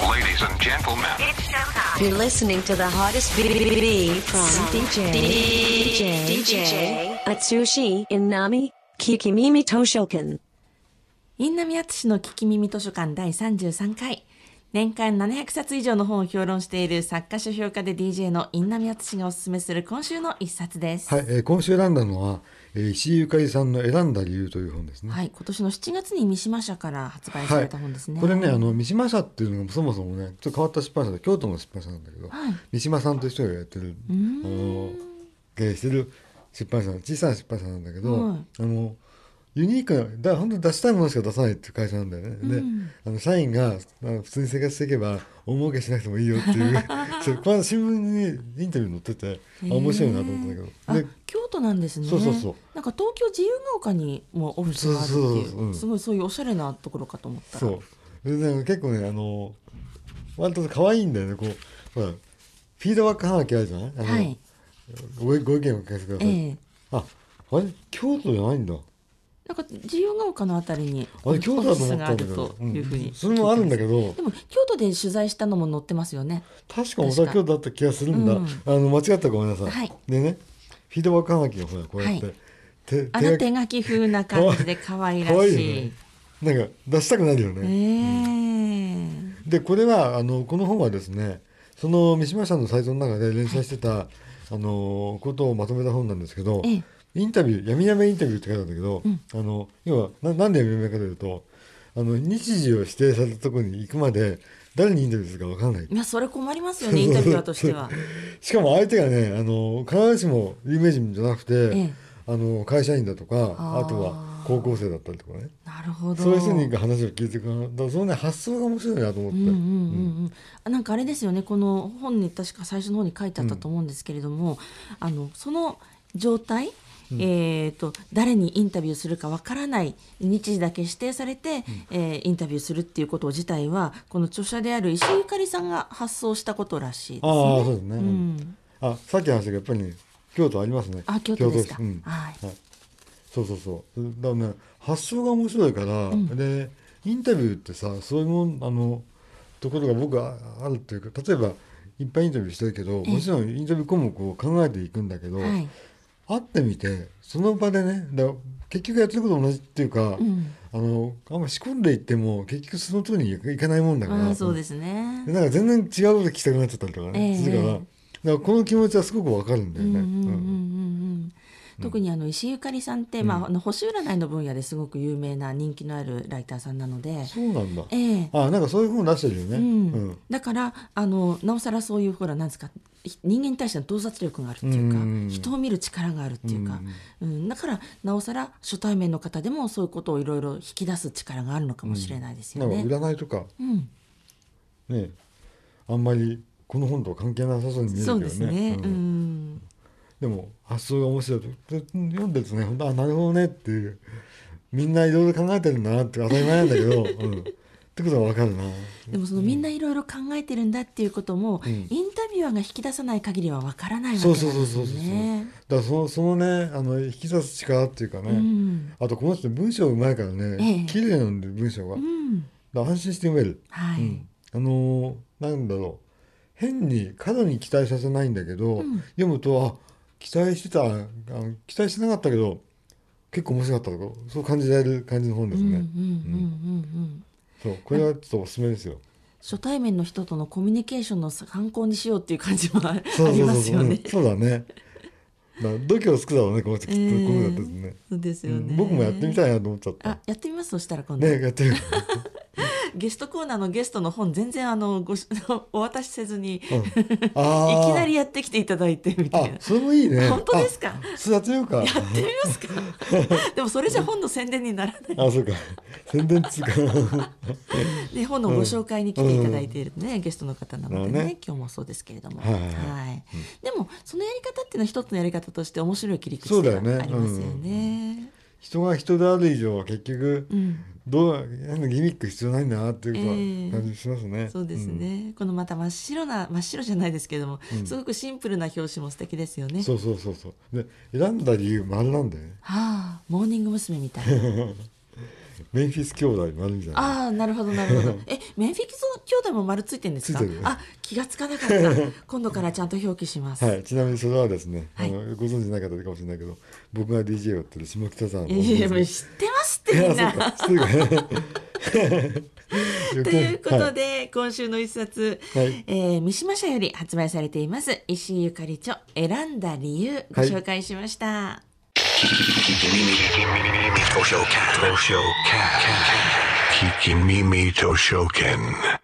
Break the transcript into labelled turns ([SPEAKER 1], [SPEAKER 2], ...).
[SPEAKER 1] Ladies and gentlemen,
[SPEAKER 2] You're listening to the hottest BBB from DJ DJ DJ Atsushi Inami Kikimimi Toshokan.
[SPEAKER 3] インナミアツシの聞き耳図書館第33回。年間700冊以上の本を評論している作家書評家で DJ のインナミアツシがおすすめする今週の一冊です。
[SPEAKER 4] はい、えー今週選んだのは、えー石井ゆかりさんの選んだ理由という本ですね。
[SPEAKER 3] はい、今年の7月に三島社から発売された本ですね。
[SPEAKER 4] これね、あの三島社っていうのがそもそもね、ちょっと変わった出版社で京都の出版社なんだけど、
[SPEAKER 3] はい
[SPEAKER 4] 三島さんという人がやってる、あの経営してる出版社の小さな出版社なんだけど、
[SPEAKER 3] はい
[SPEAKER 4] あのユニークなだ本当に出したいものしか出さないっていう会社なんだよね。で、あの社員があの普通に生活していけば大儲けしなくてもいいよっていう そうこの間新聞にインタビュー載ってて、あ面白いなと思ったんだ
[SPEAKER 3] あ
[SPEAKER 4] けど。で
[SPEAKER 3] 京都なんですね。
[SPEAKER 4] そうそうそう
[SPEAKER 3] なんか東京自由が丘にもオフィスがあるっていう
[SPEAKER 4] そうそうそううん
[SPEAKER 3] すごいそういうおしゃれなところかと思ったら。
[SPEAKER 4] そう。でなんか結構ね、あの、割と可愛いんだよね、こう、ほら、フィードバックはがきあるじゃないあの、
[SPEAKER 3] はい。
[SPEAKER 4] ごご意見を聞かせてください。
[SPEAKER 3] ええ
[SPEAKER 4] あ、あれ、京都じゃないんだ。
[SPEAKER 3] なんか自由が丘のあたりに
[SPEAKER 4] あれ、京都だと思
[SPEAKER 3] オフィス
[SPEAKER 4] っ
[SPEAKER 3] が
[SPEAKER 4] た
[SPEAKER 3] あ
[SPEAKER 4] んだ
[SPEAKER 3] る
[SPEAKER 4] け
[SPEAKER 3] と
[SPEAKER 4] ど、
[SPEAKER 3] いうふうに聞いてます、
[SPEAKER 4] ん、それもあるんだけど
[SPEAKER 3] で、も京都で取材したのも載ってますよね。
[SPEAKER 4] 確か大阪京都だった気がするんだ。
[SPEAKER 3] うん
[SPEAKER 4] あの、間違ったらごめんなさい。
[SPEAKER 3] はい
[SPEAKER 4] でね、フィードバックはがきがほら、こうやって、
[SPEAKER 3] はい
[SPEAKER 4] 手
[SPEAKER 3] あの
[SPEAKER 4] 手
[SPEAKER 3] 手
[SPEAKER 4] 書き
[SPEAKER 3] 書き風な感じで可愛ら
[SPEAKER 4] 可愛いよ
[SPEAKER 3] しい
[SPEAKER 4] ね。。なんか、出したくなるよね。
[SPEAKER 3] ええ
[SPEAKER 4] でこれはあのこの本はですねその三島さんのサイトの中で連載してた、あのことをまとめた本なんですけど、
[SPEAKER 3] ええ
[SPEAKER 4] インタビュー「闇やめインタビュー」って書いてあるんだけど、あの要はななんで闇やめかというとあの日時を指定されたところに行くまで誰にインタビューするか分からない
[SPEAKER 3] いや、それ困りますよね、インタビュアーとしては。
[SPEAKER 4] しかも相手がねあの必ずしも有名人じゃなくて、
[SPEAKER 3] え
[SPEAKER 4] あの会社員だとか
[SPEAKER 3] あー
[SPEAKER 4] あとは高校生だったりとかね
[SPEAKER 3] なるほど。
[SPEAKER 4] そういう人に話を聞いていくだからそのね発想が面白いなと思って。
[SPEAKER 3] うんうんうんうんあ、なんかあれですよねこの本に確か最初の方に書いてあったと思うんですけれども、あのその状態、えー、と誰にインタビューするかわからない日時だけ指定されて、えーインタビューするっていうこと自体はこの著者である石井ゆかりさんが発想したことらしいですね。
[SPEAKER 4] ああそうですね、
[SPEAKER 3] ん
[SPEAKER 4] あさっきの話がやっぱりね京都ありますね
[SPEAKER 3] あ京都ですか
[SPEAKER 4] 市うん
[SPEAKER 3] はい
[SPEAKER 4] そうそうそうだからね発想が面白いから、でインタビューってさそういうもんあのところが僕はああるっていうか例えばいっぱいインタビューしてるけどもちろんインタビュー項目を考えていくんだけど、
[SPEAKER 3] はい
[SPEAKER 4] 会ってみてその場でねだから結局やってること同じっていうか、
[SPEAKER 3] ん
[SPEAKER 4] あのあんま仕込んでいっても結局その通りにいかないもんだか
[SPEAKER 3] あ
[SPEAKER 4] ら
[SPEAKER 3] あそうですね
[SPEAKER 4] で。なんか全然違うこと聞きたくなっちゃったりとか
[SPEAKER 3] え
[SPEAKER 4] ね、
[SPEAKER 3] え
[SPEAKER 4] するから、だからこの気持ちはすごくわかるんだよね。
[SPEAKER 3] うんうんうんうん
[SPEAKER 4] うん
[SPEAKER 3] うん特にあの石井ゆかりさんって、まあ、あの星占いの分野ですごく有名な人気のあるライターさんなので、
[SPEAKER 4] そうなんだ。
[SPEAKER 3] ええ
[SPEAKER 4] あ、なんかそういう本出してるよね。
[SPEAKER 3] う
[SPEAKER 4] うん
[SPEAKER 3] ん、だからあのなおさらそういうほらなんですかひ人間に対しての洞察力があるっていうか、
[SPEAKER 4] うん
[SPEAKER 3] 人を見る力があるっていうか、うんだからなおさら初対面の方でもそういうことをいろいろ引き出す力があるのかもしれないです
[SPEAKER 4] な
[SPEAKER 3] よ
[SPEAKER 4] んか
[SPEAKER 3] ね。
[SPEAKER 4] 占いとか
[SPEAKER 3] うん
[SPEAKER 4] ね、あんまりこの本とは関係なさそうに見えるけ
[SPEAKER 3] そ
[SPEAKER 4] ど
[SPEAKER 3] う
[SPEAKER 4] ね。
[SPEAKER 3] ですね、
[SPEAKER 4] うん
[SPEAKER 3] うん
[SPEAKER 4] でも発想が面白いとで読んでるとね、本当あなるほどねっていうみんないろいろ考えてるんだなって当たり前なんだけ ど、うん、ってことはわかるな。
[SPEAKER 3] でもそのみんないろいろ考えてるんだっていうことも、
[SPEAKER 4] ん
[SPEAKER 3] インタビュアーが引き出さない限りはわからないわけ
[SPEAKER 4] そ
[SPEAKER 3] な
[SPEAKER 4] うん
[SPEAKER 3] です
[SPEAKER 4] そう
[SPEAKER 3] よ
[SPEAKER 4] そうそうそう。
[SPEAKER 3] ね。
[SPEAKER 4] だからそのそのねあの引き出す力っていうかね、
[SPEAKER 3] ん
[SPEAKER 4] あとこの人文章うまいからね、
[SPEAKER 3] ええ
[SPEAKER 4] 綺麗なんで文章が、だ
[SPEAKER 3] う
[SPEAKER 4] か
[SPEAKER 3] ん
[SPEAKER 4] ら安心して読める、
[SPEAKER 3] はい、
[SPEAKER 4] うんあのーなんだろう変に過度に期待させないんだけど、読むとあ期待してたあの期待してなかったけど結構面白かったとかそう感じられる感じの本ですね、
[SPEAKER 3] うんうんうんうんうん
[SPEAKER 4] そうこれはちょっとおすすめですよ
[SPEAKER 3] 初対面の人とのコミュニケーションの参考にしようっていう感じは あ
[SPEAKER 4] そう
[SPEAKER 3] り
[SPEAKER 4] そう
[SPEAKER 3] ま
[SPEAKER 4] そう
[SPEAKER 3] す
[SPEAKER 4] そう,、
[SPEAKER 3] よね。
[SPEAKER 4] そうだねだから度胸つくだろうねこの人きっとこういうことだったですね、
[SPEAKER 3] そうです
[SPEAKER 4] う
[SPEAKER 3] よね、
[SPEAKER 4] ん僕もやってみ
[SPEAKER 3] い。
[SPEAKER 4] たいなと思っちゃった
[SPEAKER 3] あ、やってみますそしたら今度、
[SPEAKER 4] ねやってる
[SPEAKER 3] ゲストコーナーのゲストの本全然あのごしお渡しせずに、
[SPEAKER 4] うん
[SPEAKER 3] い
[SPEAKER 4] あー
[SPEAKER 3] きなりやって きていただいてみた
[SPEAKER 4] あ
[SPEAKER 3] いな。、
[SPEAKER 4] それもいいね。
[SPEAKER 3] 本当ですか
[SPEAKER 4] あそれやってみようか。
[SPEAKER 3] やりますか。でもそれじゃ本の宣伝にならない。
[SPEAKER 4] あ、そうか。宣伝つうか。
[SPEAKER 3] で本のご紹介に来ていただいているね、ゲストの方なのでね
[SPEAKER 4] なるほどね
[SPEAKER 3] 今日もそうですけれども、
[SPEAKER 4] はいはいはい
[SPEAKER 3] いでもそのやり方っていうのは一つのやり方として面白い切り口
[SPEAKER 4] そう
[SPEAKER 3] で
[SPEAKER 4] だ
[SPEAKER 3] は
[SPEAKER 4] よね
[SPEAKER 3] ありますよね。
[SPEAKER 4] 人が人である以上は結局、
[SPEAKER 3] うん
[SPEAKER 4] どう変なギミック必要ないんだなっていうこと
[SPEAKER 3] ええ
[SPEAKER 4] は感じしますね。
[SPEAKER 3] そうですね、このまた真っ白な真っ白じゃないですけれども、すごくシンプルな表紙も素敵ですよ
[SPEAKER 4] う
[SPEAKER 3] ね
[SPEAKER 4] ん。そうそうそうそう。で、選んだ理由丸なんだよね。
[SPEAKER 3] はあ、モーニング娘。みたいな。
[SPEAKER 4] メンフィス兄弟もあるみたいな
[SPEAKER 3] ああなるほどなるほ どえメンフィス兄弟も丸ついてんですか
[SPEAKER 4] ついてる
[SPEAKER 3] あ気がつかなかった今度からちゃんと表記します、
[SPEAKER 4] はい、ちなみにそれはですね、
[SPEAKER 3] はい
[SPEAKER 4] あのご存知なかったかもしれないけど僕が DJ をやってる下北さん
[SPEAKER 3] いやいやもう知ってますって
[SPEAKER 4] い
[SPEAKER 3] み
[SPEAKER 4] や
[SPEAKER 3] ん
[SPEAKER 4] そう
[SPEAKER 3] な
[SPEAKER 4] かそうか
[SPEAKER 3] ということ
[SPEAKER 4] は
[SPEAKER 3] で、今週の一冊、
[SPEAKER 4] はい
[SPEAKER 3] えー三島社より発売されています石井ゆかり著選んだ理由ご紹介しました、
[SPEAKER 1] Kikimimi Toshoken. Kikimimi Toshoken.